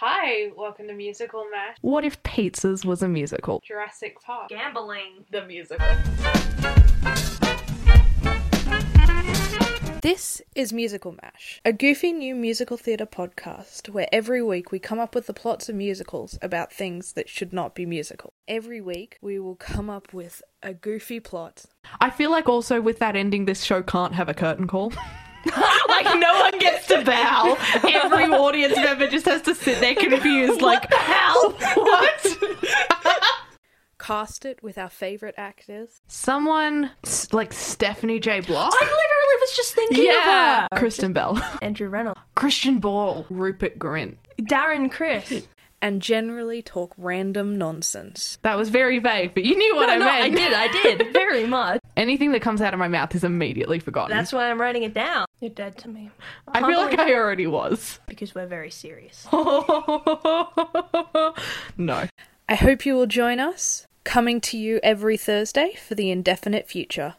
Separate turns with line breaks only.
Hi, welcome to Musical Mash.
What if Pizzas was a musical?
Jurassic Park.
Gambling.
The musical.
This is Musical Mash, a goofy new musical theatre podcast where every week we come up with the plots of musicals about things that should not be musical. Every week we will come up with a goofy plot.
I feel like also with that ending, this show can't have a curtain call. like no one gets to bow. Every audience member just has to sit there confused, like how what?
Cast it with our favourite actors.
Someone s- like Stephanie J. Block.
I literally was just thinking
yeah,
of her.
Kristen Bell,
Andrew Reynolds.
Christian Ball, Rupert Grint.
Darren Chris.
And generally talk random nonsense.
That was very vague, but you knew what I
no, I
meant.
did, I did. Very much.
Anything that comes out of my mouth is immediately forgotten.
That's why I'm writing it down. You're dead to me.
I feel like I already was.
Because we're very serious.
no.
I hope you will join us, coming to you every Thursday for the indefinite future.